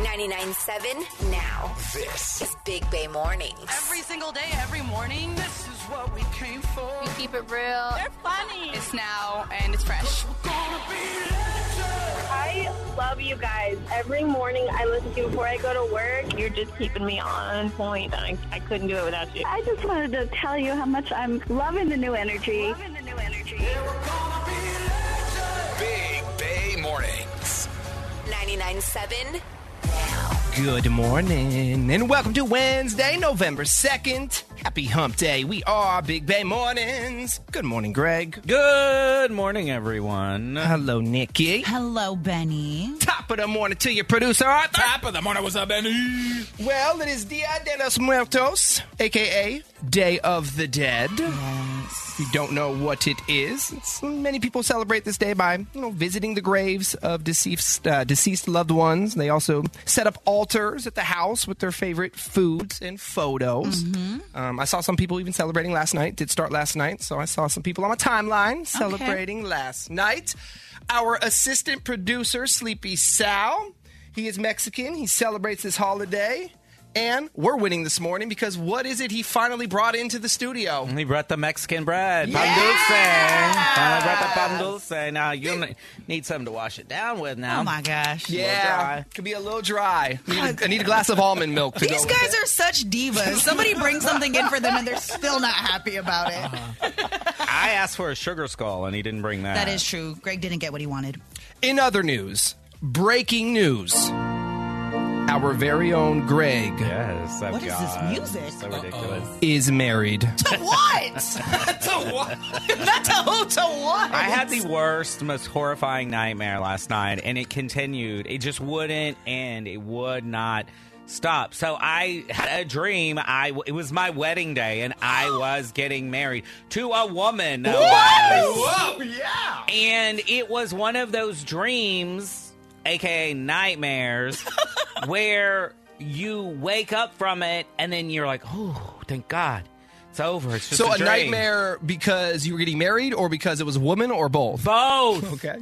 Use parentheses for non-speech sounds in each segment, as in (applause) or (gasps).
99.7 now. This It's Big Bay Mornings. Every single day, every morning. This is what we came for. We keep it real. They're funny. It's now and it's fresh. I love you guys. Every morning I listen to you before I go to work. You're just keeping me on point. I, I couldn't do it without you. I just wanted to tell you how much I'm loving the new energy. Big Bay Mornings. 99.7 Good morning and welcome to Wednesday, November 2nd. Happy Hump Day. We are Big Bay Mornings. Good morning, Greg. Good morning, everyone. Hello, Nikki. Hello, Benny. Top of the morning to your producer, Arthur. Top of the morning. What's up, Benny? Well, it is Dia de los Muertos, aka Day of the Dead. If you don't know what it is, it's, many people celebrate this day by you know visiting the graves of deceased uh, deceased loved ones. They also set up altars at the house with their favorite foods and photos. Um, I saw some people even celebrating last night. Did start last night, so I saw some people on my timeline celebrating last night. Our assistant producer, Sleepy Sal. He is Mexican. He celebrates this holiday. And we're winning this morning because what is it he finally brought into the studio? He brought the Mexican bread. Pan Yeah! dulce. Finally brought the pan dulce. Now you n- need something to wash it down with now. Oh my gosh. Yeah, dry. could be a little dry. Need a- I need a glass of almond milk. To These go with guys are such divas. Somebody brings something in for them and they're still not happy about it. I asked for a sugar skull and he didn't bring that. That is true. Greg didn't get what he wanted. it. In other news, breaking news. Our very own Greg Yes. I've What is this got- music? So ridiculous. is married. To what? Not to who? To what? I had the worst, most horrifying nightmare last night, and it continued. It just wouldn't end. It would not stop. So I had a dream. I it was my wedding day, and (gasps) I was getting married to a woman. no less. And it was one of those dreams, aka nightmares, where you wake up from it, and then you're like, "Oh, thank God." It's over. It's just So a dream." nightmare because you were getting married, or because it was a woman, or both. Both. Okay.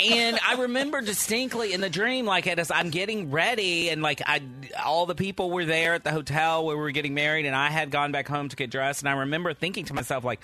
and I remember distinctly in the dream, like as I'm getting ready, and like I, all the people were there at the hotel where we were getting married, and I had gone back home to get dressed, and I remember thinking to myself, like,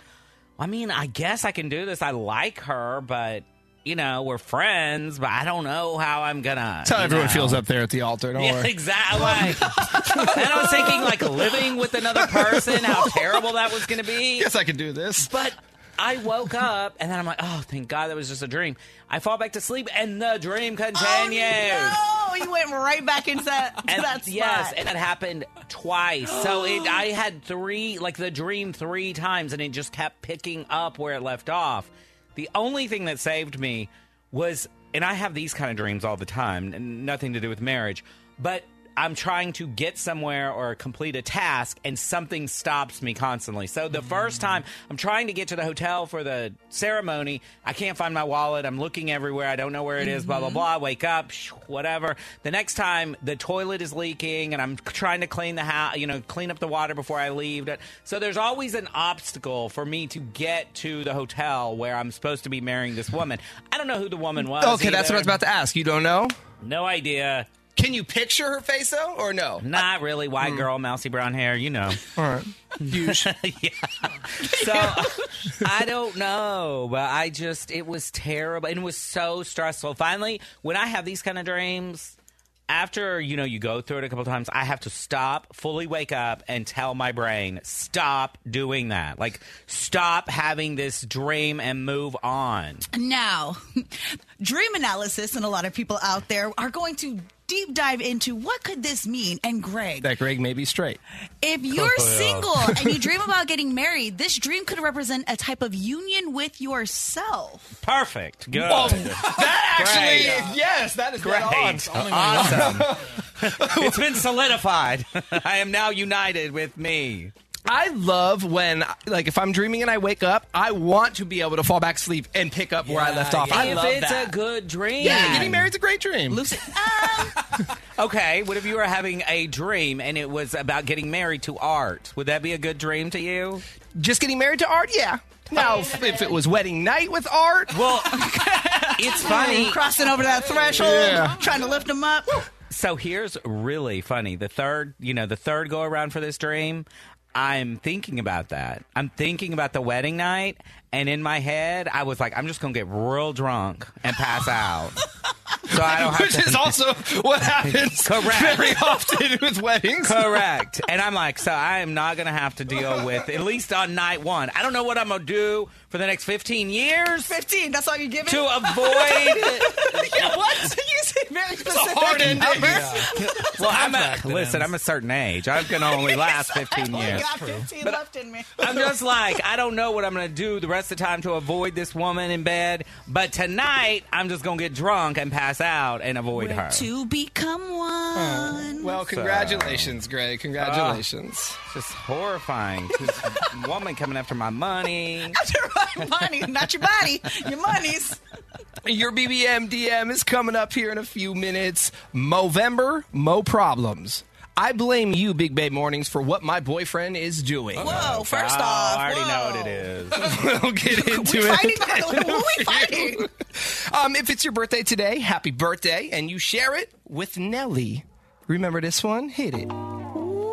I mean, I guess I can do this. I like her, but you know, we're friends, but I don't know how I'm gonna. That's how you everyone know. feels up there at the altar. Don't Yeah, worry. (laughs) exactly. and I was thinking, like, living with another person, how terrible that was going to (laughs) be. Yes, I can do this. But I woke up and then I'm like, oh, thank God that was just a dream. I fall back to sleep and the dream continues. Oh, no. You went right back into that. to And that yes, spot. and that happened twice. So it, I had three, like the dream three times, and it just kept picking up where it left off. The only thing that saved me was, and I have these kind of dreams all the time, n- nothing to do with marriage, but I'm trying to get somewhere or complete a task, and something stops me constantly. So the first time I'm trying to get to the hotel for the ceremony, I can't find my wallet. I'm looking everywhere. I don't know where it is. Blah blah Mm-hmm. blah. Wake up, shh, whatever. The next time the toilet is leaking, and I'm trying to clean the house, you know, clean up the water before I leave. So there's always an obstacle for me to get to the hotel where I'm supposed to be marrying this woman. I don't know who the woman was. Okay, that's what I was either. about to ask. You don't know? No idea. Can you picture her face though, or no? Not really. White girl, mousy brown hair. You know. Hmm. All right. Huge. (laughs) yeah. So (laughs) I don't know, but I just it was terrible and it was so stressful. Finally, when I have these kind of dreams, after you know you go through it a couple times, I have to stop, fully wake up, and tell my brain stop doing that. Like stop having this dream and move on. Now, (laughs) dream analysis, and a lot of people out there are going to deep dive into what could this mean. And Greg, that Greg may be straight. If you're single and you dream about getting married, this dream could represent a type of union with yourself. Perfect. Good. Oh, (laughs) That actually, Great. yes, that is dead on. Great. Awesome. (laughs) it's been solidified. (laughs) I am now united with me. I love when, like, if I'm dreaming and I wake up, I want to be able to fall back asleep and pick up where I left off. I if love it's that. a good dream. yeah, getting married's a great dream. Lucy, um, Okay, what if you were having a dream and it was about getting married to art? Would that be a good dream to you? Oh, (laughs) Just getting married to art, yeah. Now, if, if it was wedding night with art, Well, it's funny. Crossing over that threshold, Yeah. trying to lift them up. So here's really funny. The third, you know, the third go around for this dream, I'm thinking about that. I'm thinking about the wedding night, and in my head, I was like, I'm just gonna get real drunk and pass out, (laughs) so Oh, I don't have Which to. is also what happens Correct. very often with weddings. Correct. And I'm like, so I am not going to have to deal with, at least on night one. I don't know what I'm going to do for the next 15 years Fifteen. That's all you give it. to avoid. (laughs) what? You say very specific. Hard (laughs) ending. well, I'm a, listen, I'm a certain age. I'm going to only last 15 I years. (laughs) got fifteen left in me. I'm just like, I don't know what I'm going to do the rest of the time to avoid this woman in bed. But tonight, I'm just going to get drunk and pass out and avoid her. To become one. Well, congratulations, Greg. Congratulations. just horrifying. This (laughs) woman coming after my money. (laughs) Your money, not your body, your money's. Your BBM DM is coming up here in a few minutes. Movember, Mo Problems. I blame you, Big Bay Mornings, for what my boyfriend is doing. Whoa! (laughs) First Oh, off, I already whoa. know what it (laughs) is. We'll get into We it. (laughs) fighting? Who are (laughs) we fighting? Um, if it's your birthday today, happy birthday, and you share it with Nelly. Remember this one? Hit it.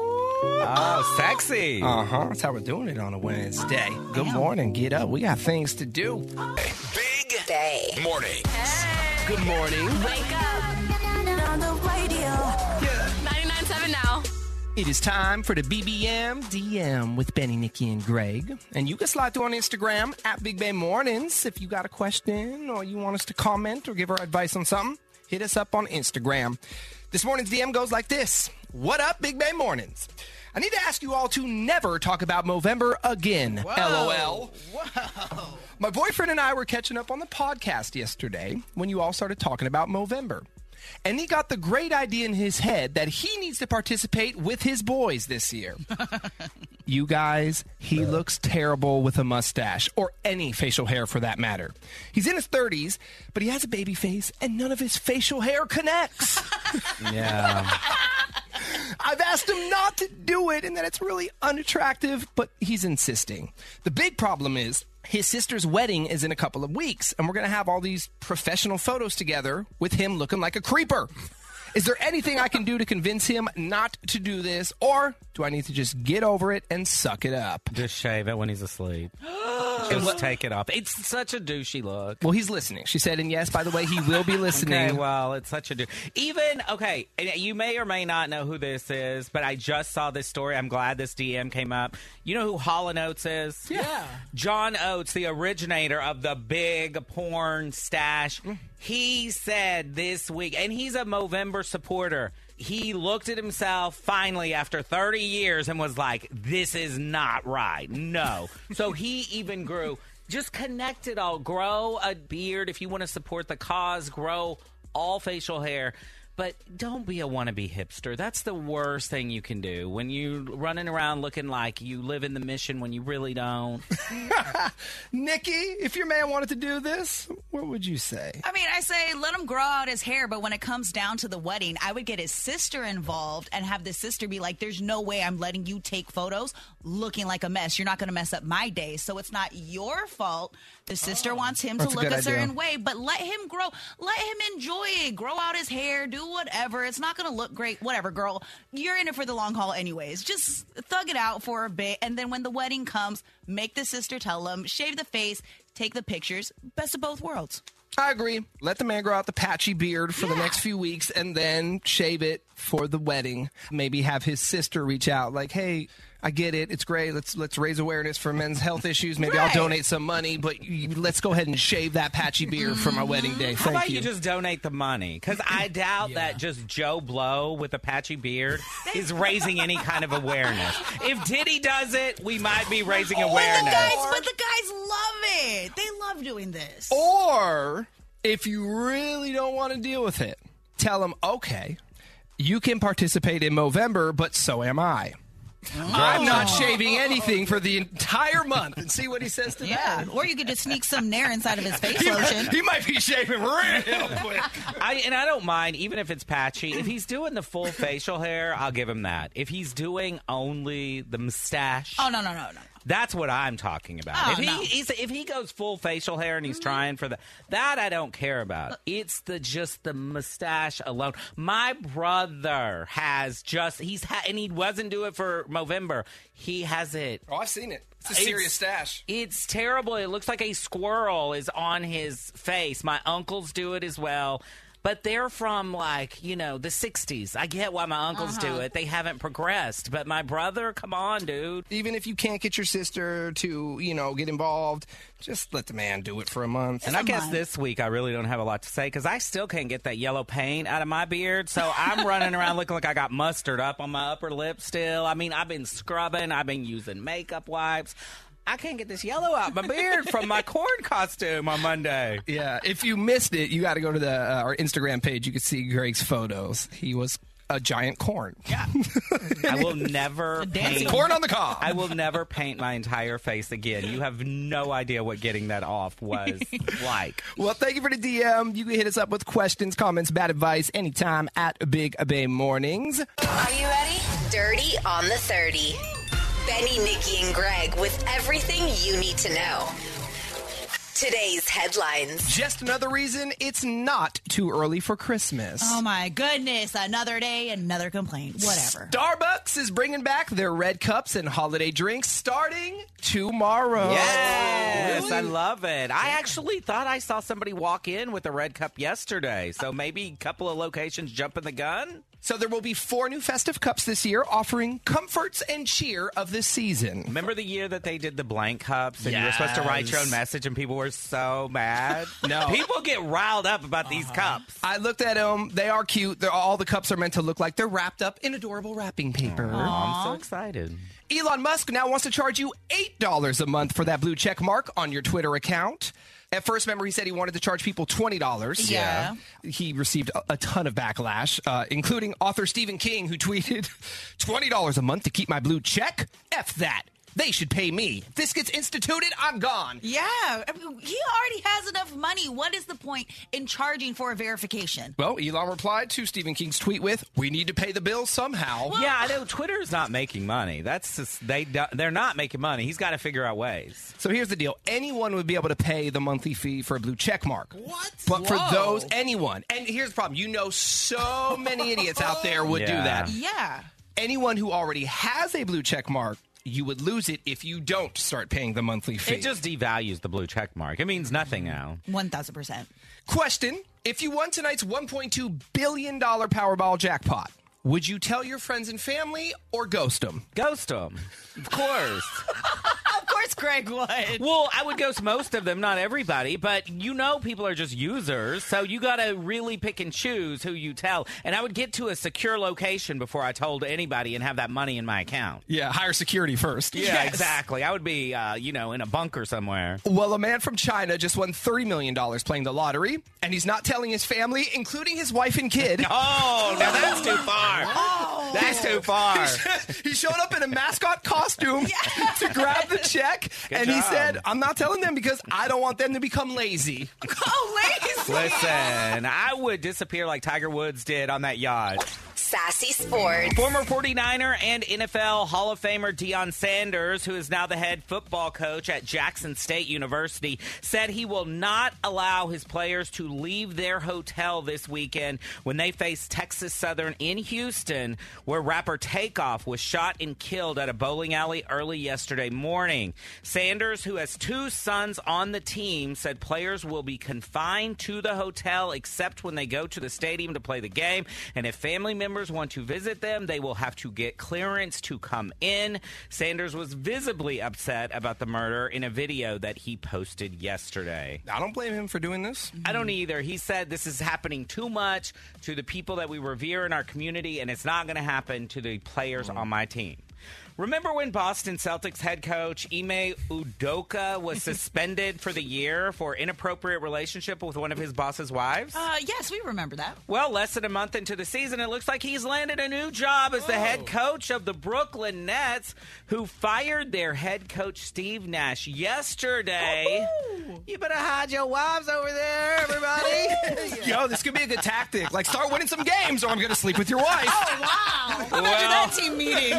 Oh, sexy. Uh huh. That's how we're doing it on a Wednesday. Good morning. Get up. We got things to do. Big day. Morning. Good morning. Wake up. On the radio. 99.7 now. It is time for the BBM DM with Benny, Nikki, and Greg. And you can slide through on Instagram at Big Bay Mornings if you got a question or you want us to comment or give our advice on something. Hit us up on Instagram. This morning's DM goes like this What up, Big Bay Mornings? I need to ask you all to never talk about Movember again. LOL. My boyfriend and I were catching up on the podcast yesterday when you all started talking about Movember. And he got the great idea in his head that he needs to participate with his boys this year. you guys, he looks terrible with a mustache or any facial hair for that matter. He's in his 30s, but he has a baby face and none of his facial hair connects. Yeah. I've asked him not to do it and that it's really unattractive, but he's insisting. The big problem is his sister's wedding is in a couple of weeks, and we're going to have all these professional photos together with him looking like a creeper. Is there anything I can do to convince him not to do this, or do I need to just get over it and suck it up? Just shave it when he's asleep. Just take it off. It's such a douchey look. Well, he's listening. She said, and yes, by the way, he will be listening. (laughs) Okay, well, it's such a do. Even okay, and you may or may not know who this is, but I just saw this story. I'm glad this DM came up. You know who Holland Oates is? Yeah, John Oates, the originator of the big porn stash. He said this week, and he's a Movember supporter. He looked at himself finally after 30 years and was like, "This is not right." No, so he even grew just connect it all. Grow a beard if you want to support the cause. Grow all facial hair. But don't be a wannabe hipster. That's the worst thing you can do when you running around looking like you live in the mission when you really don't. Nikki, if your man wanted to do this, what would you say? I mean, I say let him grow out his hair, but when it comes down to the wedding, I would get his sister involved and have the sister be like, "There's no way I'm letting you take photos looking like a mess. You're not going to mess up my day, so it's not your fault." The sister wants him That's a to look good a idea. certain way, but let him grow. Let him enjoy it. Grow out his hair. Do whatever. It's not going to look great. Whatever, girl. You're in it for the long haul, anyways. Just thug it out for a bit, and then when the wedding comes, make the sister tell him, shave the face, take the pictures. Best of both worlds. I agree. Let the man grow out the patchy beard for the next few weeks and then shave it for the wedding. Maybe have his sister reach out like, "Hey, I get it. It's great. Let's let's raise awareness for men's health issues. Maybe Right. I'll donate some money, but you, let's go ahead and shave that patchy beard for my wedding day." Mm-hmm. How Thank about you. you. just donate the money? Because I doubt that just Joe Blow with a patchy beard is raising any kind of awareness. If Diddy does it, we might be raising But the guys, awareness. but the guys love it. They love doing this. Or if you really don't want to deal with it, tell him, "Okay, you can participate in Movember, but so am I." Oh. I'm not shaving anything for the entire month and see what he says to that. Yeah, or you could just sneak some nair inside of his face lotion. He might be shaving real quick. I, and I don't mind, even if it's patchy. If he's doing the full facial hair, I'll give him that. If he's doing only the mustache, Oh no no no no! That's what I'm talking about. Oh, if he no. Mm-hmm. he's, if he goes full facial hair and he's trying for the that I don't care about. It's the just the mustache alone. My brother has just he's ha- and he wasn't do it for Movember. He has it Oh, (laughs) I've seen it. It's a It's- serious stash. it's terrible. It looks like a squirrel is on his face. My uncles do it as well. But they're from like, you know, the 60s. I get why my uncles do it. They haven't progressed. But my brother, come on, dude. Even if you can't get your sister to, you know, get involved, just let the man do it for a month. And I guess this week I really don't have a lot to say because I still can't get that yellow paint out of my beard. So I'm running around looking like I got mustard up on my upper lip still. I mean, I've been scrubbing, I've been using makeup wipes. I can't get this yellow out my beard from my corn costume on Monday. Yeah, if you missed it, you got to go to the uh, our Instagram page. You can see Greg's photos. He was a giant corn. Yeah, I (laughs) will never paint. corn on the cob. I will never paint my entire face again. You have no idea what getting that (laughs) off was Oh. like. Well, thank you for the DM. You can hit us up with questions, comments, bad advice anytime at Big Bay Mornings. Are you ready? Dirty on the 30. Benny, Nikki, and Greg with everything you need to know. Today's headlines. Just another reason it's not too early for Christmas. Oh my goodness! Another day, another complaint. Whatever. Starbucks is bringing back their red cups and holiday drinks starting tomorrow. Yes, I love it. I actually thought I saw somebody walk in with a red cup yesterday. So maybe a couple of locations jumping the gun. So there will be four new festive cups this year offering comforts and cheer of the season. Remember the year that they did the blank cups and you were supposed to write your own Yes. message and people were so mad? (laughs) No. Uh-huh. People get riled up about these cups. I looked at them. They are cute. They're, all the cups are meant to look like they're wrapped up in adorable wrapping paper. I'm Uh-huh. so excited. Elon Musk now wants to charge you $8 a month for that blue check mark on your Twitter account. At first, remember, he said he wanted to charge people $20. Yeah. He received a, a ton of backlash, uh, including author Stephen King, who (laughs) tweeted $20 a month to keep my blue check? F that. They should pay me. If this gets instituted, I'm gone. Yeah, I mean, he already has enough money. What is the point in charging for a verification? Well, Elon replied to Stephen King's tweet with, We need to pay the bill somehow. Yeah, I know Twitter's not making money. That's just, they do- they're not making money. He's got to figure out ways. So here's the deal. Anyone would be able to pay the monthly fee for a blue check mark. What? But for those anyone. And here's the problem. You know so many idiots out there would do Yeah. that. Yeah. Anyone who already has a blue check mark, you would lose it if you don't start paying the monthly fee. It just devalues the blue check mark. It means nothing now. 1000%. Question: If you won tonight's 1.2 billion dollar Powerball jackpot, would you tell your friends and family or ghost them? Ghost them. Of course. Of course, Greg would. well, I would ghost most of them, not everybody, but you know people are just users, so you got to really pick and choose who you tell. And I would get to a secure location before I told anybody and have that money in my account. Yeah, hire security first. Yeah, exactly. I would be, uh, you know, in a bunker somewhere. Well, a man from China just won $30 million playing the lottery, and he's not telling his family, including his wife and (laughs) kid. Oh, now that's too far. That's too far. he showed up in a mascot (laughs) costume to grab the check, Good and he job. said, I'm not telling them because I don't want them to become (laughs) lazy. Oh, ladies. Listen, I would disappear like Tiger Woods did on that yacht. Sassy Sports. Former 49er and NFL Hall of Famer Deion Sanders, who is now the head football coach at Jackson State University, said he will not allow his players to leave their hotel this weekend when they face Texas Southern in Houston, where rapper Takeoff was shot and killed at a bowling alley early yesterday morning. Sanders, who has two sons on the team, said players will be confined to the hotel except when they go to the stadium to play the game. And if family members want to visit them, they will have to get clearance to come in. Sanders was visibly upset about the murder in a video that he posted yesterday. I don't blame him for doing this. I don't either. He said this is happening too much to the people that we revere in our community, and it's not going to happen to the players on my team. Remember when Boston Celtics head coach Ime Udoka was suspended for the year for inappropriate relationship with one of his boss's wives? Uh, yes, we remember that. Well, less than a month into the season, it looks like he's landed a new job as the head coach of the Brooklyn Nets, who fired their head coach Steve Nash yesterday You better hide your wives over there, everybody. Yo, this could be a good tactic. Like, start winning some games, or I'm gonna sleep with your wife. well, team meeting.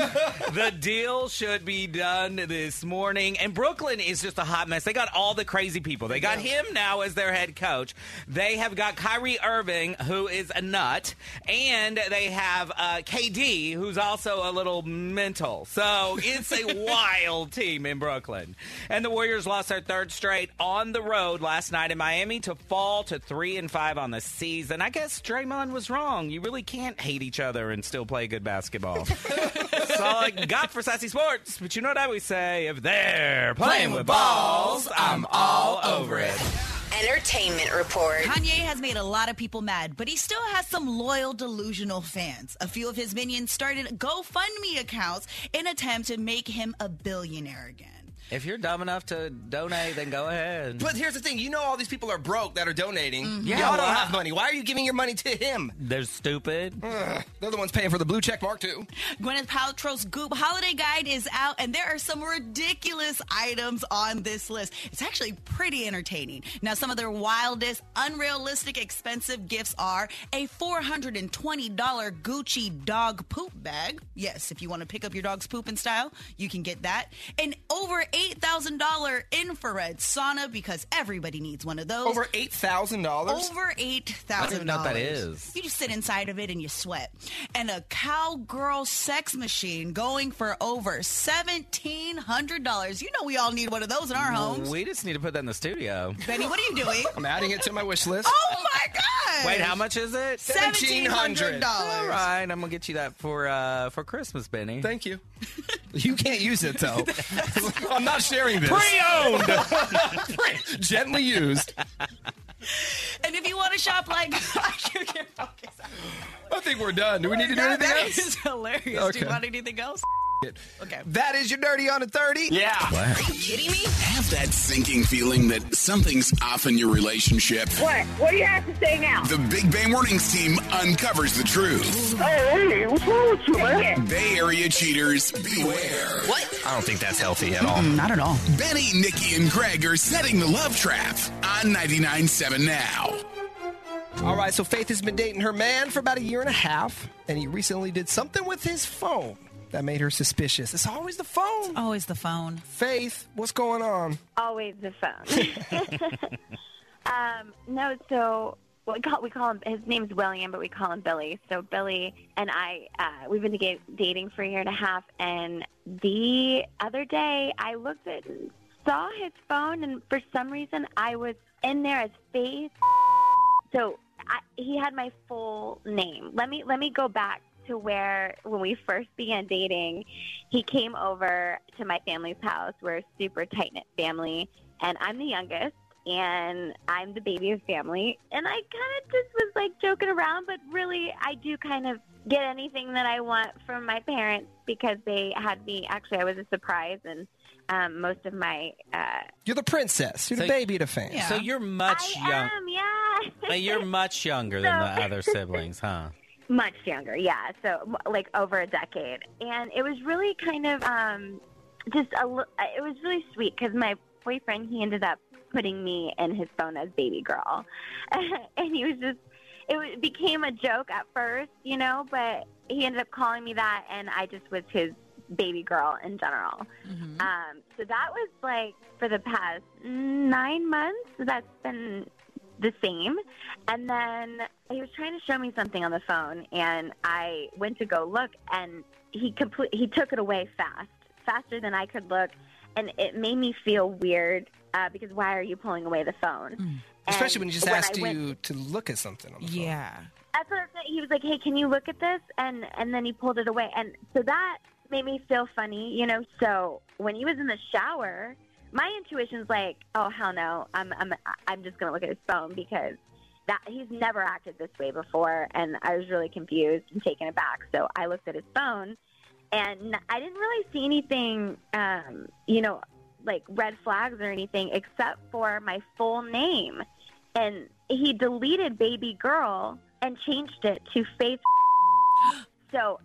the deal should be done this morning. And Brooklyn is just a hot mess. They got all the crazy people. They got him now as their head coach. They have got Kyrie Irving, who is a nut, and they have uh, KD, who's also a little mental. So it's a wild team in Brooklyn. And the Warriors lost their third straight on the road last night in Miami to fall to three and five on the season. I guess Draymond was wrong. You really can't hate each other and still play good basketball. That's all I got for sassy sports. But you know what I always say: if they're playing with balls, I'm all over it. Entertainment Report. Kanye has made a lot of people mad, but he still has some loyal delusional fans. A few of his minions started GoFundMe accounts in attempt to make him a billionaire again. If you're dumb enough to donate, then go ahead. But here's the thing: you know, all these people are broke that are donating. Yeah, Y'all don't well, have money. Why are you giving your money to him? They're stupid. They're the ones paying for the blue check mark too. Gwyneth Paltrow's Goop Holiday Guide is out, and there are some ridiculous items on this list. It's actually pretty entertaining. Now, some of their wildest, unrealistic, expensive gifts are a $420 Gucci dog poop bag. Yes, if you want to pick up your dog's poop in style, you can get that. An over $8,000 infrared sauna because everybody needs one of those. Over eight thousand dollars. Over eight I thousand. don't even know what that is. You just sit inside of it and you sweat. And a cowgirl sex machine going for over seventeen hundred dollars. You know we all need one of those in our homes. We just need to put that in the studio. Benny, what are (laughs) you doing? I'm adding it to my wish list. oh my god! Wait, how much is it? Seventeen hundred All dollars. right, I'm gonna get you that for uh, for Christmas, Benny. Thank you. You can't use it (laughs) though. I'm not sharing this. (laughs) Pre-owned. Gently used. And if you want to shop like (laughs) you can focus on I think we're done. Do we need to do that. anything That else? is hilarious. Do Okay. you want anything else? Okay. That is your dirty on a thirty. Yeah. Are you kidding me? Have that sinking feeling that something's off in your relationship. What? What do you have to say now? The Big Bay Mornings team uncovers the truth. Oh, Hey, what's wrong with you, man? Bay Area cheaters, beware. What? I don't think that's healthy at all. Not at all. Benny, Nikki, and Greg are setting the love trap on 99.7 now. (laughs) All right, so Faith has been dating her man for about a year and a half, and he recently did something with his phone that made her suspicious. It's always the phone. Always the phone. Faith, what's going on? Always the (laughs) phone. um, no, so we call we call him. His name's William, but we call him Billy. So Billy and I, uh, we've been toge- dating for a year and a half. And the other day, I looked at saw his phone, and for some reason, I was in there as Faith. So I, he had my full name. Let me let me go back to where when we first began dating, he came over to my family's house. We're a super tight knit family, and I'm the youngest, and I'm the baby of the family. And I kind of just was like joking around, but really, I do kind of get anything that I want from my parents because they had me. Actually, I was a surprise, and um, most of my uh, You're the princess. You're the So- baby to fame. Yeah. So you're much I young. am, yeah. Hey, You're much younger than the So- other siblings, huh? Much younger, yeah. So m- like over a decade, and it was really kind of um, just a. li- uh, It was really sweet because my boyfriend he ended up putting me in his phone as baby girl, (laughs) and he was just. It wa- became a joke at first, you know, but he ended up calling me that, and I just was his baby girl in general. Mm-hmm. Um, so that was like for the past nine months. That's been the same. And then he was trying to show me something on the phone, and I went to go look, and he complete he took it away fast, faster than I could look, and it made me feel weird uh, because why are you pulling away the phone? Mm. Especially when he just asked I went- you to look at something. On the phone. that's what I said. He was like, "Hey, can you look at this?" And and then he pulled it away, and so that made me feel funny, you know. So when he was in the shower, my intuition's like, "Oh hell no, I'm I'm I'm just gonna look at his phone because that he's never acted this way before," and I was really confused and taken aback. So I looked at his phone, and I didn't really see anything, um, you know, like red flags or anything, except for my full name and he deleted baby girl and changed it to faith (gasps) so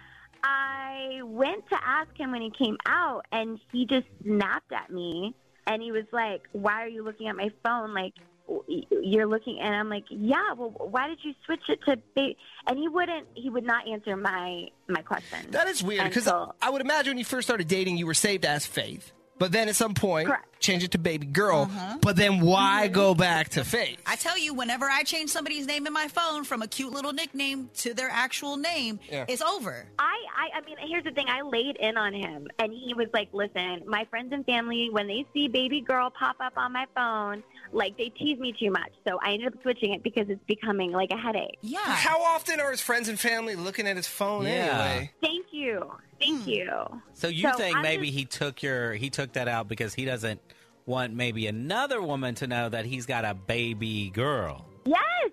(laughs) i went to ask him when he came out and he just snapped at me and he was like, "Why are you looking at my phone? Like, y- you're looking." And I'm like, "Yeah, well, why did you switch it to?" Ba-? And he wouldn't. He would not answer my my question. That is weird because Until- I would imagine when you first started dating, you were saved as Faith, but then at some point, change it to baby girl. Uh-huh. But then why Mm-hmm. go back to Faith? I tell you, whenever I change somebody's name in my phone from a cute little nickname to their actual name, Yeah. it's over. I, I, I mean, here's the thing. I laid in on him, and he was like, "Listen, my friends and family, when they see baby girl pop up on my phone, like they tease me too much." So I ended up switching it because it's becoming like a headache. Yeah. How often are his friends and family looking at his phone Yeah. anyway? Thank you, thank you. So you So think I'm maybe just- he took your he took that out because he doesn't want maybe another woman to know that he's got a baby girl. Yes,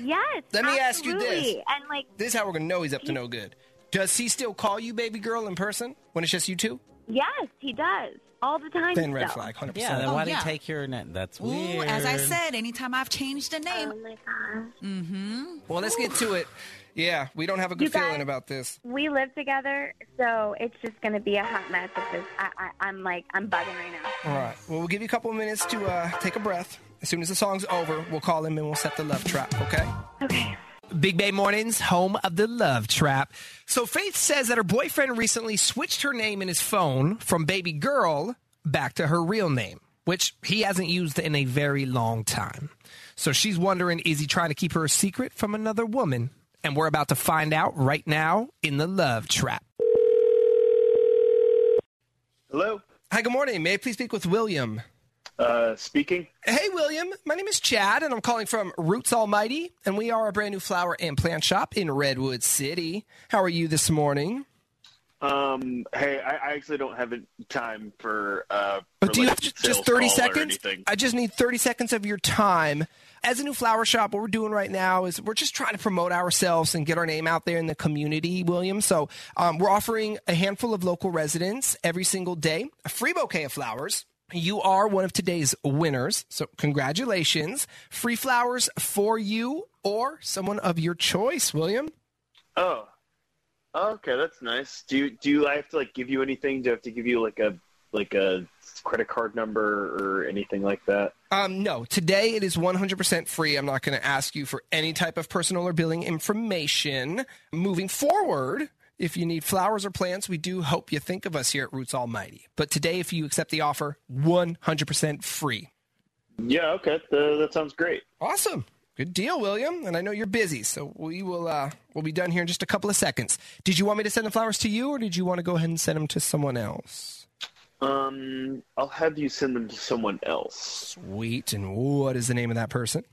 yes. Let me ask you this. absolutely. and like, This is how we're gonna know he's up to no good. Does he still call you baby girl in person when it's just you two? yes, he does all the time. Then red still. flag, hundred Yeah, then Oh, percent. why do you yeah. take your net? That's Ooh, weird. as I said, anytime I've changed Oh a name, my gosh. Well, let's get to it. Yeah, we don't have a good You guys- feeling about this. We live together, so it's just going to be a hot mess. If this, I, I, I'm like, I'm bugging right now. All right. Well, we'll give you a couple minutes to uh, take a breath. As soon as the song's over, we'll call him and we'll set the love trap. Okay. Okay. Big Bay Mornings, home of the love trap. So Faith says that her boyfriend recently switched her name in his phone from baby girl back to her real name, which he hasn't used in a very long time. So she's wondering is he trying to keep her a secret from another woman? And we're about to find out right now in the love trap. Hello. Hi, good morning. May I please speak with William? Uh, speaking. Hey, William. My name is Chad, and I'm calling from Roots Almighty, and we are a brand new flower and plant shop in Redwood City. How are you this morning? Um, hey, I, I actually don't have time for. Uh, But for, do you like, have ju- sales just 30 call or seconds? anything. I just need 30 seconds of your time. As a new flower shop, what we're doing right now is we're just trying to promote ourselves and get our name out there in the community, William. So um, we're offering a handful of local residents every single day a free bouquet of flowers. You are one of today's winners. So congratulations. Free flowers for you or someone of your choice, William. Oh. okay, that's nice. Do you, do you, I have to like give you anything? Do I have to give you like a like a credit card number or anything like that? Um, no, today it is 100% free. I'm not going to ask you for any type of personal or billing information. Moving forward, if you need flowers or plants, we do hope you think of us here at Roots Almighty. But today, if you accept the offer, 100% free. Yeah. Okay. Th that sounds great. Awesome. Good deal, William. And I know you're busy, so we will uh, we'll be done here in just a couple of seconds. Did you want me to send the flowers to you, or did you want to go ahead and send them to someone else? Um, I'll have you send them to someone else. Sweet. And what is the name of that person?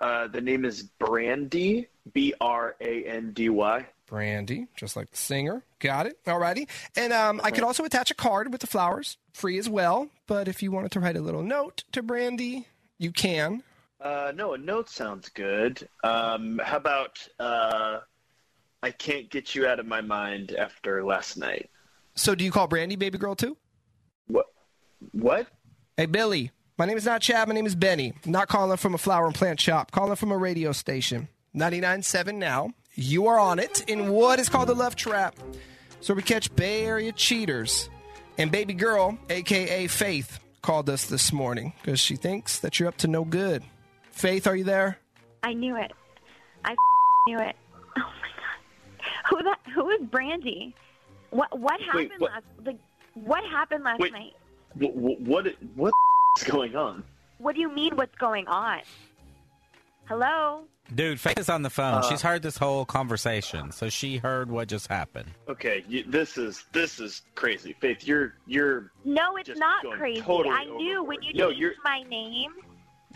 Uh, the name is Brandy. B R A N D Y. Brandy, just like the singer. Got it. Alrighty. And um, I could also attach a card with the flowers, free as well. But if you wanted to write a little note to Brandy, you can. Uh, no, a note sounds good. Um, how about uh, I can't get you out of my mind after last night? So do you call Brandy baby girl too? What? What? Hey Billy, my name is not Chad. My name is Benny. I'm not calling from a flower and plant shop. Calling from a radio station. 99.7 now. You are on it in what is called the Love Trap. So we catch Bay Area cheaters. And baby girl, aka Faith, called us this morning because she thinks that you're up to no good. Faith, are you there? I knew it. I (laughs) knew it. Oh my god. Who that? Who is Brandy? What what happened what- last? Like, what happened last Wait. night? What? What? What (laughs) is going on? What do you mean? What's going on? Hello. Dude, Faith is on the phone. She's heard this whole conversation, so she heard what just happened. Okay, you, this is this is crazy, Faith. You're you're No, it's Just not going crazy. totally I knew when overboard. you Yo, changed you're- my name,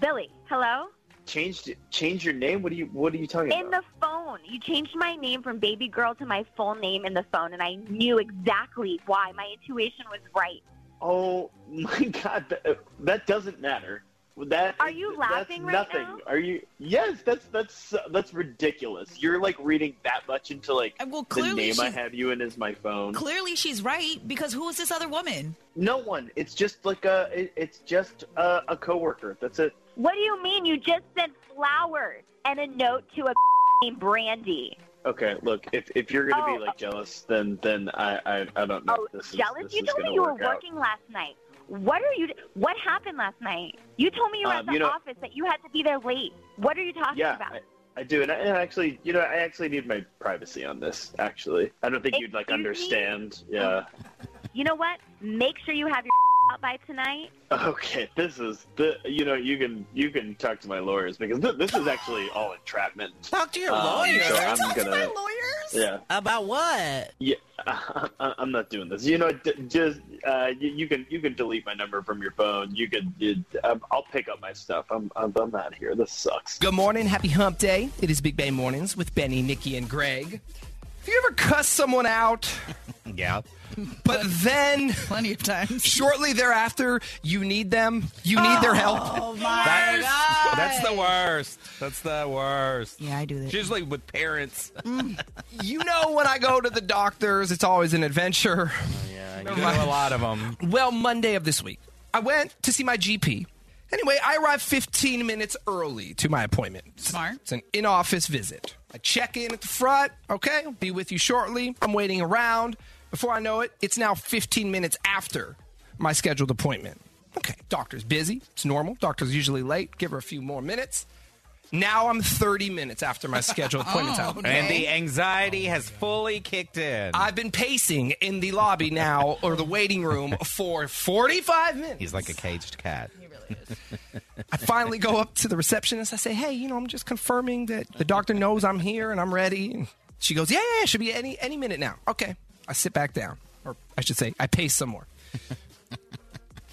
Billy. Hello. changed change your name. What are you What are you talking In about? the phone, you changed my name from baby girl to my full name in the phone, and I knew exactly why. My intuition was right. oh (laughs) my God, that, that doesn't matter. That Are you that's laughing right nothing. now? Are you? Yes, that's that's that's ridiculous. You're like reading that much into like Uh, well, the clearly name I she's, have you in is my phone. clearly she's right because who is this other woman? No one. It's just like a. it- It's just a, a coworker. That's it. What do you mean? You just sent flowers and a note to a named Brandy. Okay. Look, if, if you're gonna Oh. be like jealous, then then I I, I don't know. Oh, if this is, jealous! this You is told gonna me you were work out. working last night. What are you? What happened last night? You told me you were Um, at the you know- office that you had to be there late. What are you talking yeah, about? I, I do, and I, and I actually, you know, I actually need my privacy on this. Actually, I don't think you'd like understand. Oh, Yeah. you know what? Make sure you have your (laughs) out by tonight. Okay, this is the. You know, you can you can talk to my lawyers because th- this is actually all entrapment. Talk to your Uh, Um, so lawyers. I'm gonna- Yeah. About what? Yeah, (laughs) I, I, I'm not doing this. You know, d- just uh, you, you can you can delete my number from your phone. You can. You, um, I'll pick up my stuff. I'm I'm, I'm out of here. This sucks. Good morning. Happy hump day. It is Big Bay Mornings with Benny, Nikki, and Greg. Have you ever cussed someone out? yeah. But then. (laughs) Plenty of times. Shortly thereafter, you need them. You need their help. Oh, my That- God. that's the worst. That's the worst. Yeah, I do that. Usually with parents. you know when I go to the doctors, it's always an adventure. yeah, you know a lot of them. Well, Monday of this week, I went to see my GP. Anyway, I arrived 15 minutes early to my appointment. Smart. It's an in office visit. I check in at the front. Okay, I'll be with you shortly. I'm waiting around. Before I know it, it's now 15 minutes after my scheduled appointment. Okay, doctor's busy. It's normal. Doctor's usually late. Give her a few more minutes. Now I'm 30 minutes after my scheduled appointment time. And the anxiety has fully kicked in. I've been pacing in the lobby now or the waiting room for 45 minutes. He's like a caged cat. He really is. I finally go up to the receptionist. I say, "Hey, you know, I'm just confirming that the doctor knows I'm here and I'm ready." And she goes, "Yeah, yeah, yeah, should be any any minute now." Okay. I sit back down, or I should say, I pace some more.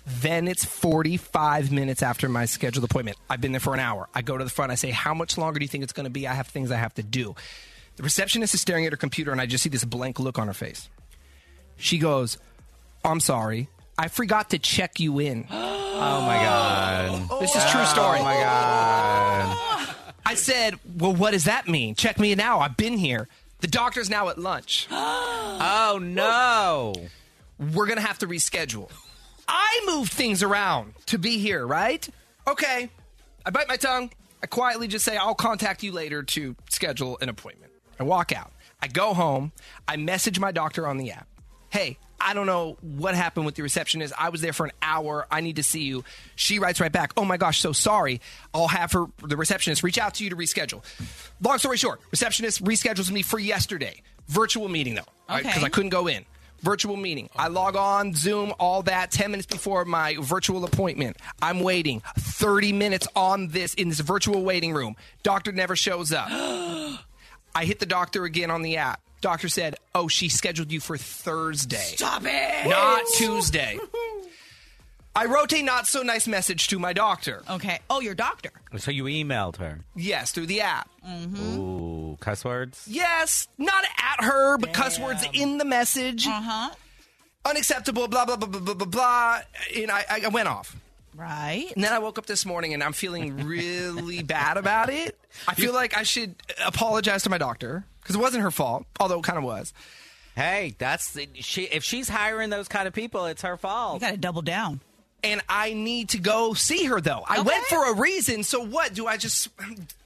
then it's 45 minutes after my scheduled appointment. I've been there for an hour. I go to the front. I say, "How much longer do you think it's going to be? I have things I have to do." The receptionist is staring at her computer, and I just see this blank look on her face. She goes, "I'm sorry." I forgot to check you in. Oh my god. This is true story. Oh my god. I said, Well, what does that mean? Check me in now. I've been here. The doctor's now at lunch. Oh no. We're going to have to reschedule. I move things around to be here, right? Okay. I bite my tongue. I quietly just say, I'll contact you later to schedule an appointment. I walk out. I go home. I message my doctor on the app. Hey, I don't know what happened with the receptionist. I was there for an hour. I need to see you. She writes right back, Oh my gosh, so sorry. I'll have her, the receptionist, reach out to you to reschedule. Long story short, receptionist reschedules me for yesterday. Virtual meeting though, because Okay. I couldn't go in. Virtual meeting. I log on, Zoom, all that. 10 minutes before my virtual appointment. I'm waiting 30 minutes on this in this virtual waiting room. Doctor never shows (gasps) up. I hit the doctor again on the app. Doctor said, Oh, she scheduled you for Thursday. Stop it. (laughs) Not Tuesday. I wrote a not so nice message to my doctor. Okay. Oh, your doctor. So you emailed her. Yes, through the app. Ooh, cuss words? Yes, not at her, but cuss words in the message. Mm. Uh Uh-huh. huh. Unacceptable, blah, blah, blah, blah, blah, blah, blah. And I, I went off. Right. And then I woke up this morning and I'm feeling (laughs) really bad about it. I feel like I should apologize to my doctor because it wasn't her fault, although it kind of was. Hey, that's she if she's hiring those kind of people, it's her You fault. got to double (laughs) down. and I need to go see her though. I went for a reason, so what? Do I just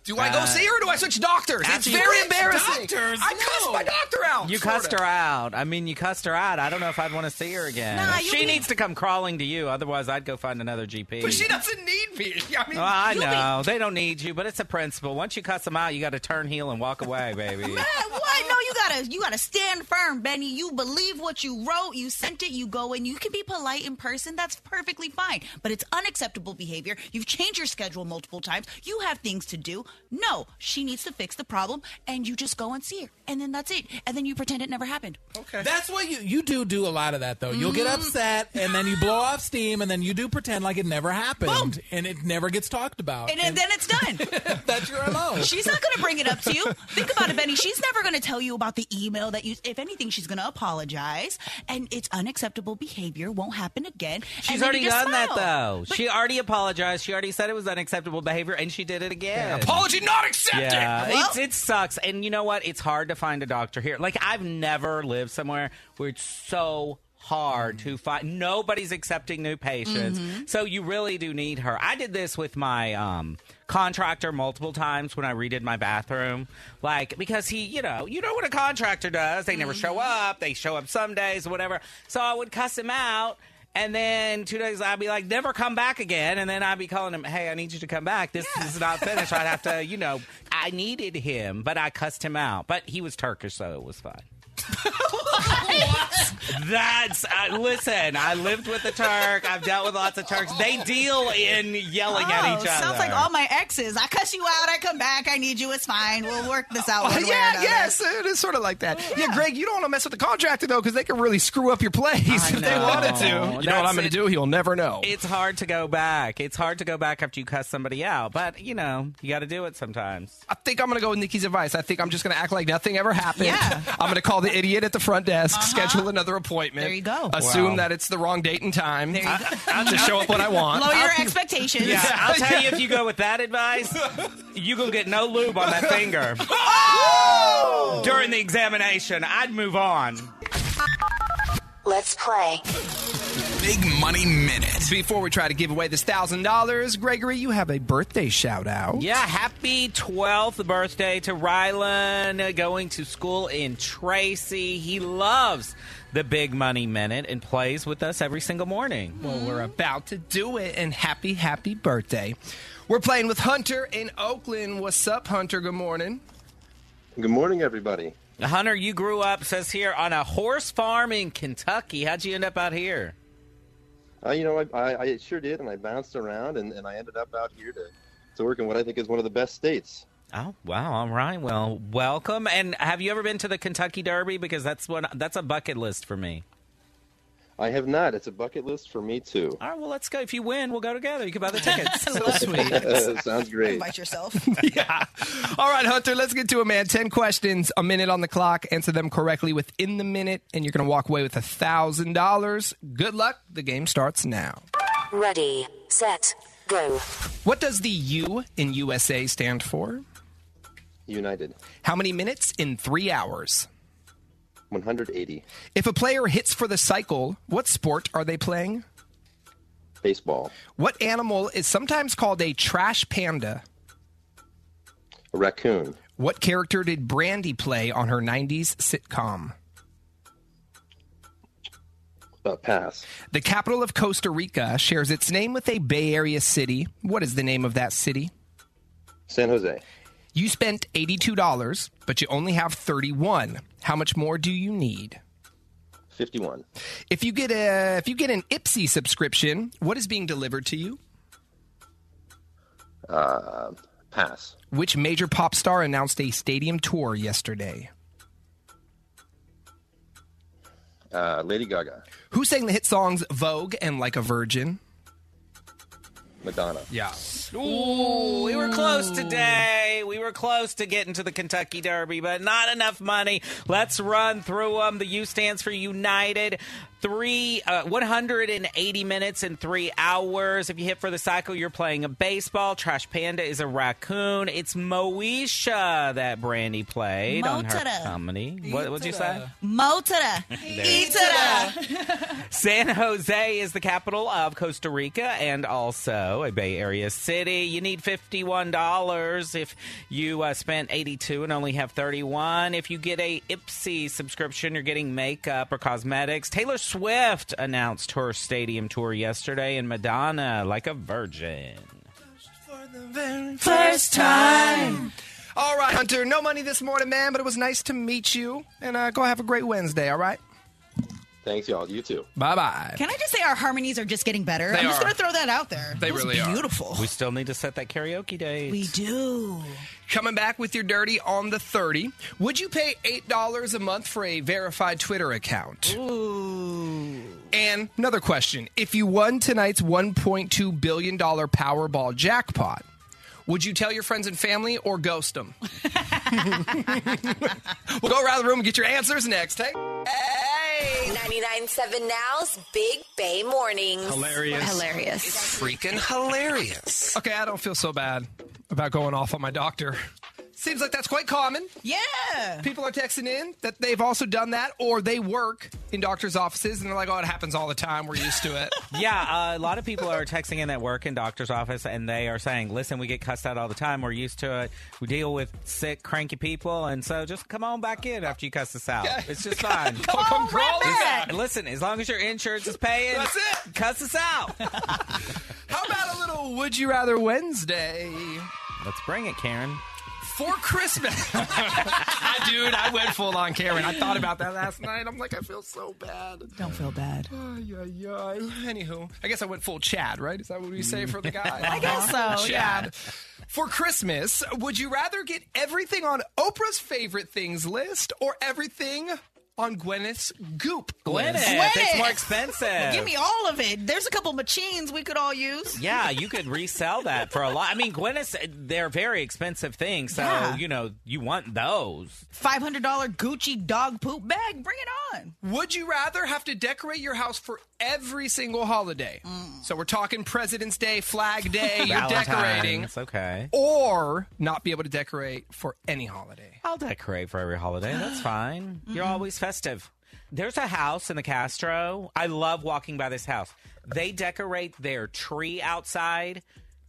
do I go Uh, see her or do I switch doctors? It's after you- very Switch embarrassing. doctors? I cussed my doctor out. You sorta. cussed her out. I mean, you cussed her out. I don't know if I'd want to see her again. Nah, you she need- needs to come crawling to you. Otherwise, I'd go find another GP. But she doesn't need me. I mean Well, I you- know they don't need you, but it's a principle. Once you cuss them out, you got to turn heel and walk away, baby. Hey, what? (laughs) No, you gotta you gotta stand firm, Benny. You believe what you wrote, you sent it, you go in. You can be polite in person, that's perfectly fine. But it's unacceptable behavior. You've changed your schedule multiple times. You have things to do. No, she needs to fix the problem, and you just go and see her, and then that's it. And then you pretend it never happened. That's what you you do do a lot of that though. You'll Mm-hmm. get upset and then you blow off steam and then you do pretend like it never happened and it never gets talked about. And, then- then it's done. (laughs) that's your MO. She's not going to bring it up to you. Think about it, Benny. She's never going to tell you about the email that you. If anything, she's going to apologize, and it's unacceptable behavior. Won't happen again. And She's then already you just done that smile. though. But- she already apologized. She already said it was unacceptable behavior, and she did it again. apology not accepted. Yeah, Well- it's, it sucks. And you know what? It's hard to find a doctor here. Like, I've never lived somewhere where it's so hard to find. Nobody's accepting new patients. So you really do need her. I did this with my um, contractor multiple times when I redid my bathroom. Like, because he, you know, you know what a contractor does. They never show up. They show up some days, whatever. So I would cuss him out. And then two days, I'd be like, never come back again. And then I'd be calling him, hey, I need you to come back. This is not finished. I'd have (laughs) to, you know, I needed him, but I cussed him out. But he was Turkish, so it was (laughs) fine. That's uh, listen. I lived with a Turk. I've dealt with lots of Turks. They deal in yelling at each Oh, other. Sounds like all my exes. I cuss you out. I come back. I need you. It's fine. We'll work this out. Oh, one way or yeah, another. yes, it is sort of like that. Yeah, Greg, you don't want to mess with the contractor though, because they can really screw up your place (laughs) if they wanted to. You know what That's I'm going it. to do? You'll never know. It's hard to go back. It's hard to go back after you cuss somebody out. But you know, you got to do it sometimes. I think I'm going to go with Nikki's advice. I think I'm just going to act like nothing ever happened. Yeah. I'm going to call the idiot at the front desk, schedule another appointment. Uh-huh. There you go. Assume Wow. that it's the wrong date and time. There you go. I'll just show up when I want. Lower your I'll- expectations. Yeah, I'll tell you if you go with that advice, you gonna get no lube on (laughs) that finger during the examination. I'd move on. Let's play. Big Money Minute. Before we try to give away this $1,000, Gregory, you have a birthday shout out. Yeah, happy 12th birthday to Rylan, uh, going to school in Tracy. He loves the Big Money Minute and plays with us every single morning. Well, we're about to do it, and happy, happy birthday. We're playing with Hunter in Oakland. What's up, Hunter? Good (laughs) morning. Good morning, everybody. Hunter, you grew up, says here, on a horse farm in Kentucky. How'd you end up out here? Uh, you know, I, I, I sure did, and I bounced around, and, and I ended up out here to, to work in what I think is one of the best states. Oh, wow. All right. Well, welcome. And have you ever been to the Kentucky Derby? Because that's one that's a bucket list for me. I have not. It's a bucket list for me, too. All right. Well, let's go. If you win, we'll go together. You can buy (laughs) the tickets. So sweet. Uh, Sounds great. Invite yourself. (laughs) All right, Hunter, let's get to it, man. 10 questions, a minute on the clock. Answer them correctly within the minute, and you're going to walk away with $1,000. Good luck. The game starts now. Ready, set, go. What does the U in USA stand for? United. How many minutes in three hours? 180. If a player hits for the cycle, what sport are they playing? Baseball. What animal is sometimes called a trash panda? A raccoon. What character did Brandy play on her 90s sitcom? Uh, pass. The capital of Costa Rica shares its name with a Bay Area city. What is the name of that city? San Jose. You spent $82, but you only have 31. How much more do you need? 51. If you get a if you get an Ipsy subscription, what is being delivered to you? Uh, pass. Which major pop star announced a stadium tour yesterday? Uh, Lady Gaga. Who sang the hit songs Vogue and Like a Virgin? Madonna. Yeah. Ooh, we were close today. We were close to getting to the Kentucky Derby, but not enough money. Let's run through them. The U stands for United. Three, uh, 180 minutes in three hours. If you hit for the cycle, you're playing a baseball. Trash Panda is a raccoon. It's Moesha that Brandy played on her Motada. comedy. What would you say? Motada. Eatada. San Jose is the capital of Costa Rica and also a Bay Area city. You need $51 if you uh, spent 82 and only have 31. If you get a Ipsy subscription, you're getting makeup or cosmetics. Taylor Swift announced her stadium tour yesterday and Madonna like a virgin. First time. All right, Hunter. No money this morning, man, but it was nice to meet you. And uh, go have a great Wednesday, all right? Thanks, y'all. You too. Bye bye. Can I just say our harmonies are just getting better? They I'm just are. going to throw that out there. That was beautiful. We still need to set that karaoke date. We do. Coming back with your dirty on the 30. Would you pay $8 a month for a verified Twitter account? Ooh. And another question. If you won tonight's $1.2 billion Powerball jackpot, would you tell your friends and family or ghost (laughs) them? we'll go around the room and get your answers next. Hey. 99.7 Now's Big Bay Mornings. Hilarious. Freaking hilarious. Okay, I don't feel so bad about going off on my doctor. Seems like that's quite common. Yeah. People are texting in that they've also done that or they work in doctor's offices and they're like, oh, it happens all the time. We're used to (laughs) it. yeah, uh, a lot of people are texting in that work in doctor's office, and they are saying, "Listen, we get cussed out all the time. We're used to it. We deal with sick, cranky people, and so just come on back in after you cuss us out. It's just (laughs) fine. Come on, Come crawl rip Listen- Listen, as long as your insurance is paying, That's it. Cuss us out. How about a little Would You Rather Wednesday Let's bring it, Karen. for Christmas? (laughs) (laughs) I, dude, I went full on Karen. I thought about that last night. I'm like, I feel so bad. Don't feel bad. Yeah, yeah. Anywho, I guess I went full Chad, right? Is that what we say for the guy? I guess so, yeah. Chad. For Christmas, would you rather get everything on Oprah's favorite things list or everything on Gwyneth's goop Gwyneth, list? it's more expensive. Give me all of it. There's a couple machines we could all use. Yeah, you could resell that for a lot. I mean, Gwyneth's, they're very expensive things, so, Yeah. you know, you want those. Five hundred dollar Gucci dog poop bag. Bring it on. Would you rather have to decorate your house for every single holiday? So we're talking President's Day, Flag Day, you're decorating, It's okay. or not be able to decorate for any holiday. I'll decorate for every holiday. That's fine. You're always festive. There's a house in the Castro. I love walking by this house. They decorate their tree outside.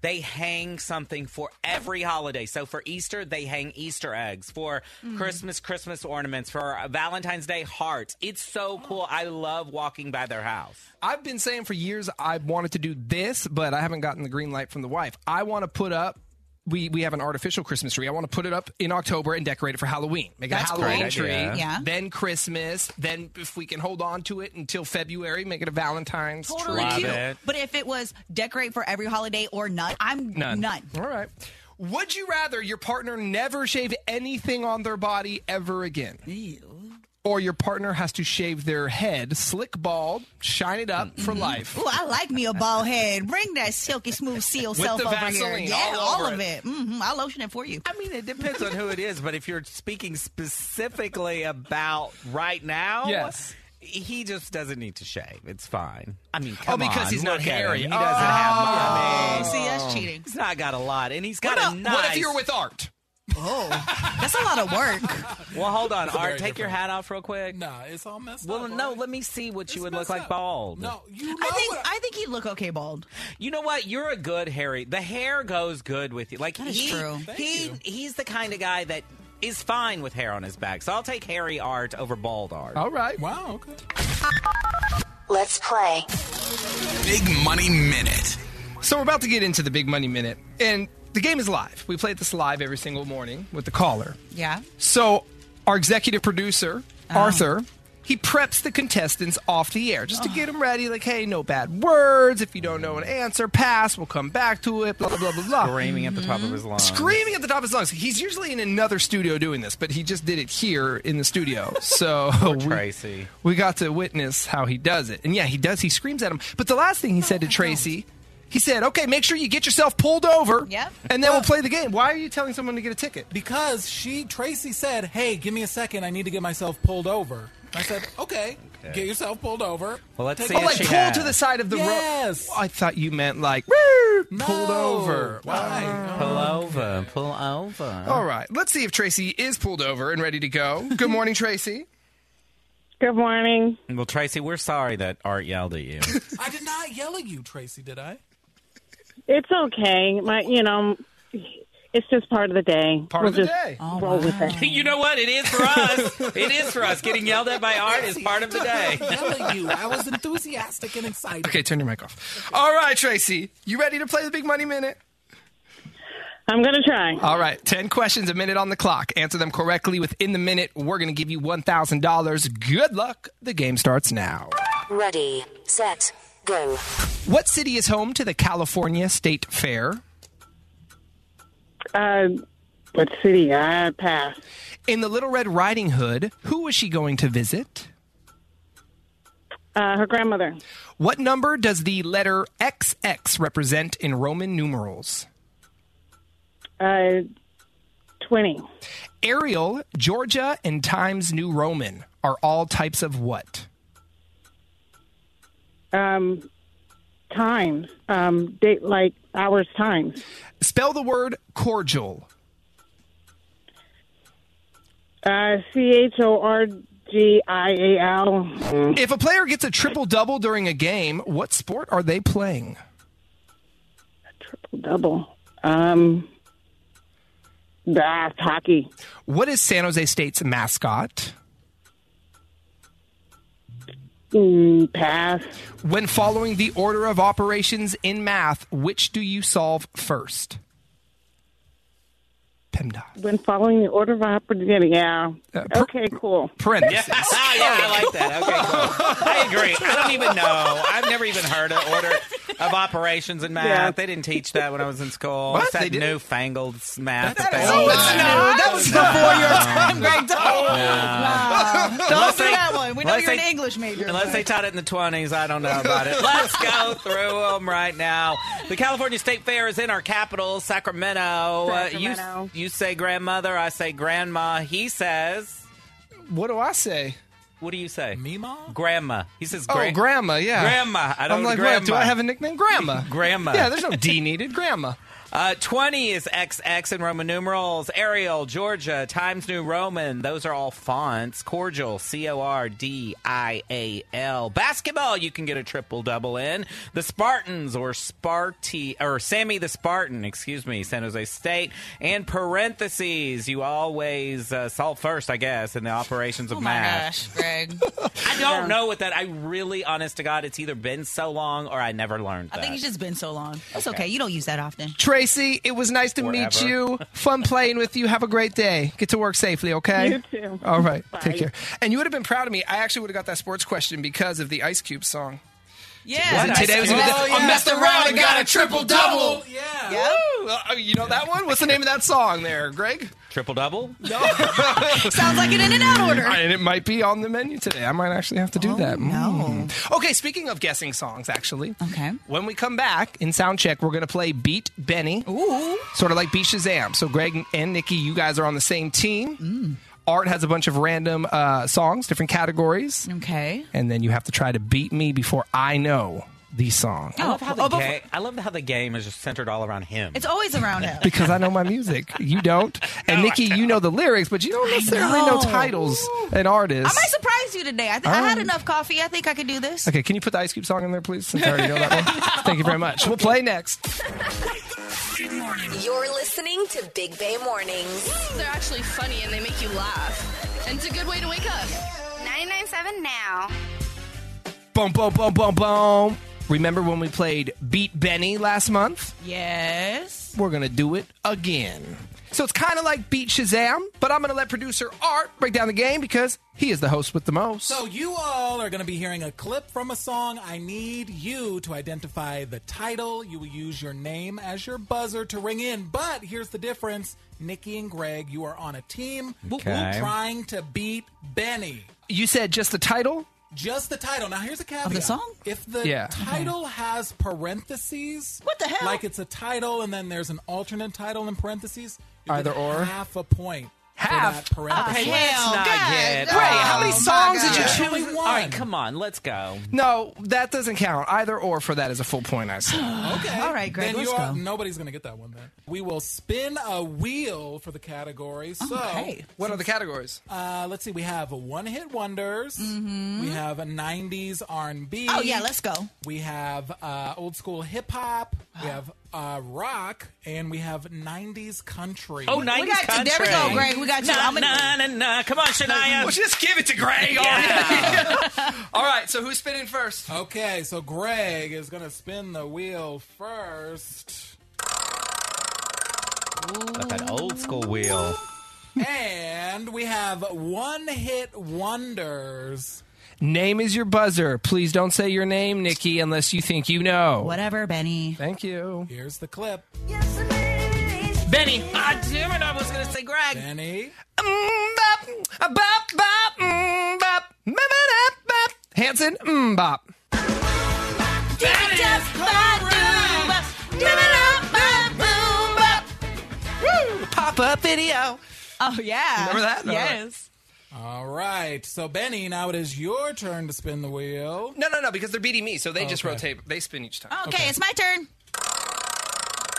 They hang something for every holiday. So for Easter, they hang Easter eggs. For Mm. Christmas, Christmas ornaments. For Valentine's Day, hearts. It's so cool. I love walking by their house. I've been saying for years I wanted to do this, but I haven't gotten the green light from the wife. I want to put up. We, we have an artificial Christmas tree. I want to put it up in October and decorate it for Halloween. Make That's a cool. Halloween Great tree, idea. Yeah. then Christmas, then if we can hold on to it until February, make it a Valentine's Totally tree. cute. But if it was decorate for every holiday or none, I'm None. none. All right. Would you rather your partner never shave anything on their body ever again? Or your partner has to shave their head, slick bald, shine it up for life. (laughs) Ooh, I like me a bald head. Bring that silky smooth seal With self the over Vaseline here. Yeah, all all, over of it. it. hmm I'll lotion it for you. I mean, it depends on who it is, but if you're speaking specifically about right now, Yes. he just doesn't need to shave. It's fine. I mean, Oh, come because on, he's not look at hairy. him. He doesn't have Oh. money. See, that's cheating. He's not got a lot, and he's got What about- a nice. what if you're with Art? Oh, that's a lot of work. Well, hold (laughs) on, It's a very Art. Take your different- hat off real quick. No, uh, it's all messed Well, up. no. Let me see what you would look like bald. No, you know I think it. I think he'd look okay bald. You know what? You're a good hairy. The hair goes good with you. Like That is he, true. He he's the kind of guy that is fine with hair on his back. So I'll take hairy art over bald art. All right. Wow. Okay. Let's play. Big Money Minute. So we're about to get into the Big Money Minute, and the game is live. We play this live every single morning with the caller. Yeah. So our executive producer, Arthur, he preps the contestants off the air just to get them ready. Like, hey, no bad words. If you don't know an answer, pass. We'll come back to it. Blah blah blah blah blah. Screaming at the top of his lungs. Screaming at the top of his lungs. He's usually in another studio doing this, but he just did it here in the studio. (laughs) So we, Tracy. we got to witness how he does it. And yeah, he does. He screams at him. But the last thing he said to Tracy, he said, okay, make sure you get yourself pulled over. Yep. And then we'll play the game. Why are you telling someone to get a ticket? Because she, Tracy said, hey, give me a second. I need to get myself pulled over. I said, okay, get yourself pulled over. Well, let's Take- see Oh, if like she pulled has. to the side of the Yes. road. Oh, I thought you meant like "Woo," pulled No. over. Why? Pull over. Pull over. All right. Let's see if Tracy is pulled over and ready to go. Good morning, Tracy. Good morning. Well, Tracy, we're sorry that Art yelled at you. I did not yell at you, Tracy, did I? It's okay. My, you know, it's just part of the day. Part we'll of the just day. roll with it. you know what? It is for us. It is for us. Getting yelled at by Art is part of the (laughs) day. yell at you. I was enthusiastic and excited. Okay, turn your mic off. All right, Tracy. You ready to play the big money minute? I'm gonna try. All right. 10 questions, a minute on the clock. Answer them correctly within the minute. We're going to give you $1,000. Good luck. The game starts now. Ready, set, go. What city is home to the California State Fair? Uh, what city? I pass. In the Little Red Riding Hood, who was she going to visit? Uh, her grandmother. What number does the letter XX represent in Roman numerals? Uh, twenty. Arial, Georgia, and Times New Roman are all types of what? Um, times. Um, date like hours. Times. Spell the word cordial. Uh, C H O R G I A L. If a player gets a triple double during a game, what sport are they playing? Double. Um, hockey. What is San Jose State's mascot? pass. When following the order of operations in math, which do you solve first? When following the order of opportunity, yeah. Uh, okay, cool. Parentheses. Yeah, I like that. Okay, cool. I agree. I don't even know. I've never even heard of order of operations in math. Yeah. They didn't teach that when I was in school. What? It's that They didn't? newfangled math. (laughs) That, is not- No, that was before (laughs) your time, Greg. Wow. Unless Don't Ah, do they- that one. We know unless you're they- an English major. Unless they taught it in the 20s, I don't know about it. Let's go through them right now. The California State Fair is in our capital, Sacramento. Uh, Sacramento. you, you say grandmother, I say grandma. He says. What do I say? What do you say? Mima? Grandma. He says Oh, gra- grandma, yeah. Grandma. I don't I'm like, grandma. what? Do I have a nickname? Grandma. Grandma. Yeah, there's no D needed. Grandma. Uh, 20 is XX in Roman numerals. Arial, Georgia, Times New Roman. Those are all fonts. Cordial, C O R D I A L. Basketball, you can get a triple double in. The Spartans or Sparty, or Sammy the Spartan, excuse me, San Jose State. And parentheses, you always uh, solve first, I guess, in the operations of Oh my math. gosh, Greg. I don't know what that, I really, honest to God, it's either been so long or I never learned I that. think it's just been so long. It's Okay. okay. You don't use that often. Tracy, it was nice to meet Forever. you. Fun playing with you. Have a great day. Get to work safely, okay? You too. All right. Bye. Take care. And you would have been proud of me. I actually would have got that sports question because of the Ice Cube song. Oh, Yeah. Was it today was gonna be the- I messed around and got a triple double. Yeah. Woo! Uh, oh, you know that one? What's the name of that song there, (laughs) Greg? Triple double? Sounds like an In-N-Out order. And it might be on the menu today. I might actually have to Oh, do that. No. Okay, speaking of guessing songs, actually. Okay. When we come back in Soundcheck, we're going to play Beat Benny. Ooh. Sort of like Beat Shazam. So, Greg and Nikki, you guys are on the same team. Mm. Art has a bunch of random uh, songs, different categories. Okay. And then you have to try to beat me before I know the song. I love how the, Oh, but- ga- I love how the game is just centered all around him. It's always around him. because I know my music. You (laughs) don't. And Nikki, you know the lyrics, but you don't necessarily know. know. titles and I artists. might surprise you today. I, th- I All had right. enough coffee. I think I could do this. Um, Okay, can you put the Ice Cube song in there, please? Since I already know that (laughs) one. Thank you very much. We'll play next. You're listening to Big Bay Mornings. They're actually funny and they make you laugh. And it's a good way to wake up. 99.7 now. Boom, boom, boom, boom, boom. Remember when we played Beat Benny last month? Yes. We're going to do it again. So it's kind of like Beat Shazam, but I'm going to let producer Art break down the game because he is the host with the most. So you all are going to be hearing a clip from a song. I need you to identify the title. You will use your name as your buzzer to ring in. But here's the difference: Nikki and Greg, you are on a team. Woo-woo, Okay. trying to beat Benny. you said just the title? Just the title. Now here's a caveat. song? If the Yeah. title has parentheses, what the hell? Like it's a title and then there's an alternate title in parentheses. you Either get or? half a point. for Half? that parentheses. Okay, let's Hell, not God, get- no. Wait, how many Oh, my songs did you God. choose? Only All right, one. come on, let's go. No, that doesn't count. Either or for that is a full point, I (gasps) said. Okay. All right, Greg, Then let's you are- go. Nobody's going to get that one then. We will spin a wheel for the category. So, Okay. What are the categories? Uh, let's see. We have one-hit wonders. We have a '90s R&B. Mm-hmm. Oh, yeah, let's go. We have uh, old school hip hop. We have uh, rock, and we have '90s country. Oh, 90s country. Nah, nah, nah, nah. Come on, Shania. Well, just give it to Greg All right, so who's spinning first? Okay, so Greg is going to spin the wheel (laughs) first. Got that old school wheel. and we have one hit wonders. Name is your buzzer. Please don't say your name, Nikki, unless you think you know. Whatever, Benny. Thank you. Here's the clip. Benny. Ah, damn it, I was going to say Greg. Benny. Mm, Hanson, mm, bop. Pop up video. Oh, yeah. Remember that? Yes. All right. So, Benny, now it is your turn to spin the wheel. No, no, no, because they're beating me, so they just Okay. rotate. They spin each time. Oh, Okay, it's my turn.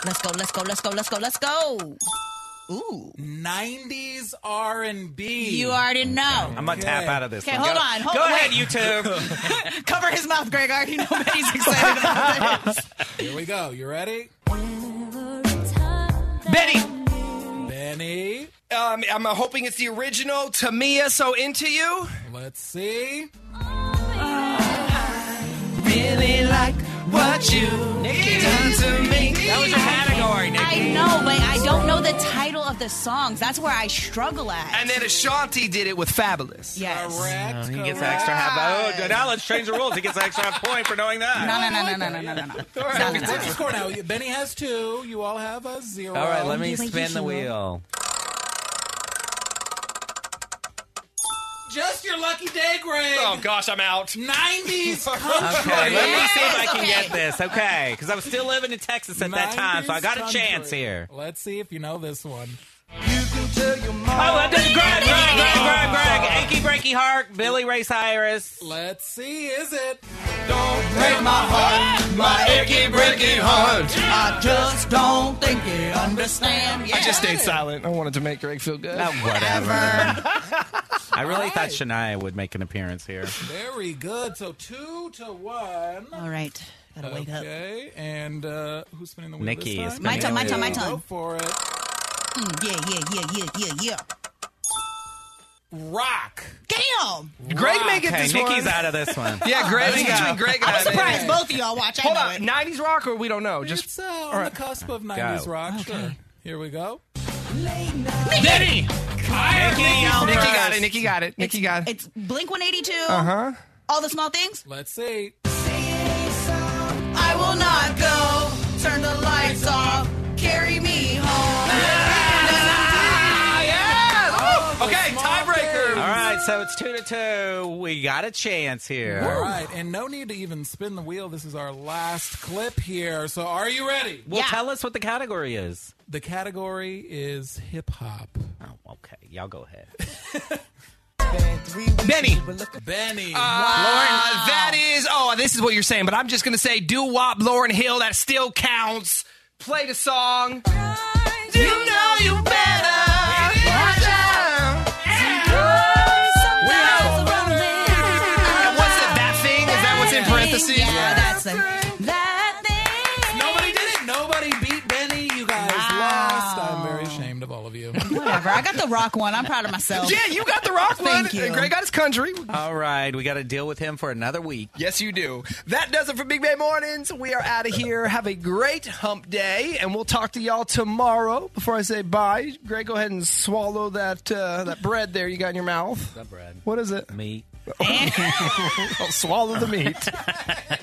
Let's go, let's go, let's go, let's go, let's go. Ooh. 90s R&B. You already know. I'm gonna tap out of this. Okay, one. hold Go- on, hold Go on, ahead, wait. you two. (laughs) Cover his mouth, Greg. I already know Betty's excited about this. Here we go. You ready? Betty. Benny. Um, I'm hoping it's the original Tamia So Into You. Let's see. Really like what you done to me. That was your category, I know, but I don't know the title of the songs. That's where I struggle at. And then Ashanti did it with Fabulous. Yes. Oh, he gets an extra half. Oh, now let's change the rules. He gets an extra half point for knowing that. No, no, no, no, no, no, no, no. What's the score now? Benny has two. You all have a zero. All right, let me spin the wheel. Just your lucky day, Greg. Oh gosh, I'm out. (laughs) 90s country. Okay, let me see if I can get this. Okay, because I was still living in Texas at that time, so I 90s got a country. chance here. Let's see if you know this one. Oh, I did Greg, Greg, Greg, Greg, Greg, Achy Breaky Heart, Billy Ray Cyrus. Let's see, is it? break my heart, my achy breaky heart. I just don't think you understand. I just stayed silent. I wanted to make Greg feel good. Oh, whatever. I really thought Shania would make an appearance here. Very good. So two to one. All right. Gotta wake up. Okay, and uh, who's spinning the wheel? Nikki this is time? My spinning turn, the my turn, my wheel. turn. Go for it. Mm, yeah, yeah, yeah, yeah, yeah, Rock. yeah. Damn. Greg may get Okay, this Nikki's one. out of this one. Yeah, Greg. Let's it's go. between Greg and I'm I, maybe. surprised both of y'all watch. I Hold know on, it. 90s rock or we don't know. Just It's uh, on all right. the cusp of 90s Go. rock. Sure. Here we go. Nikki. Nikki out Nikki got first. it. Nikki got it. Nikki got it. It's Blink 182. Uh huh. All the small things. Let's see. I will not go. Turn the lights off. Carry me home. Yes! Oh, Okay, tiebreaker. All right, so it's two to two. We got a chance All here. right, and no need to even spin the wheel. This is our last clip here. So, are you ready? Well, tell us what the category is. The category is hip hop. Oh, okay. Y'all go ahead. Benny. Benny. Ah. Uh, that is. Oh, this is what you're saying, but I'm just gonna say do wop Lauren Hill. That still counts. Play the song. You know you better. Watch out. We have a winner. What's it? That thing? Is that what's in parentheses? Yeah, that's it. That Nobody did it. Nobody beat Benny. You guys lost. I'm very ashamed of all of you. thing. Whatever. I got the rock one. I'm proud of myself. Yeah, you got the rock one. Thank you. And Greg got his country. All right, we got to deal with him for another week. Yes, you do. That does it for Big Bay Mornings. We are out of here. Have a great hump day, and we'll talk to y'all tomorrow. Before I say bye, Greg, go ahead and swallow that uh, that bread there you got in your mouth. (laughs) That bread. What is it? Meat. I'll swallow the meat. Uh,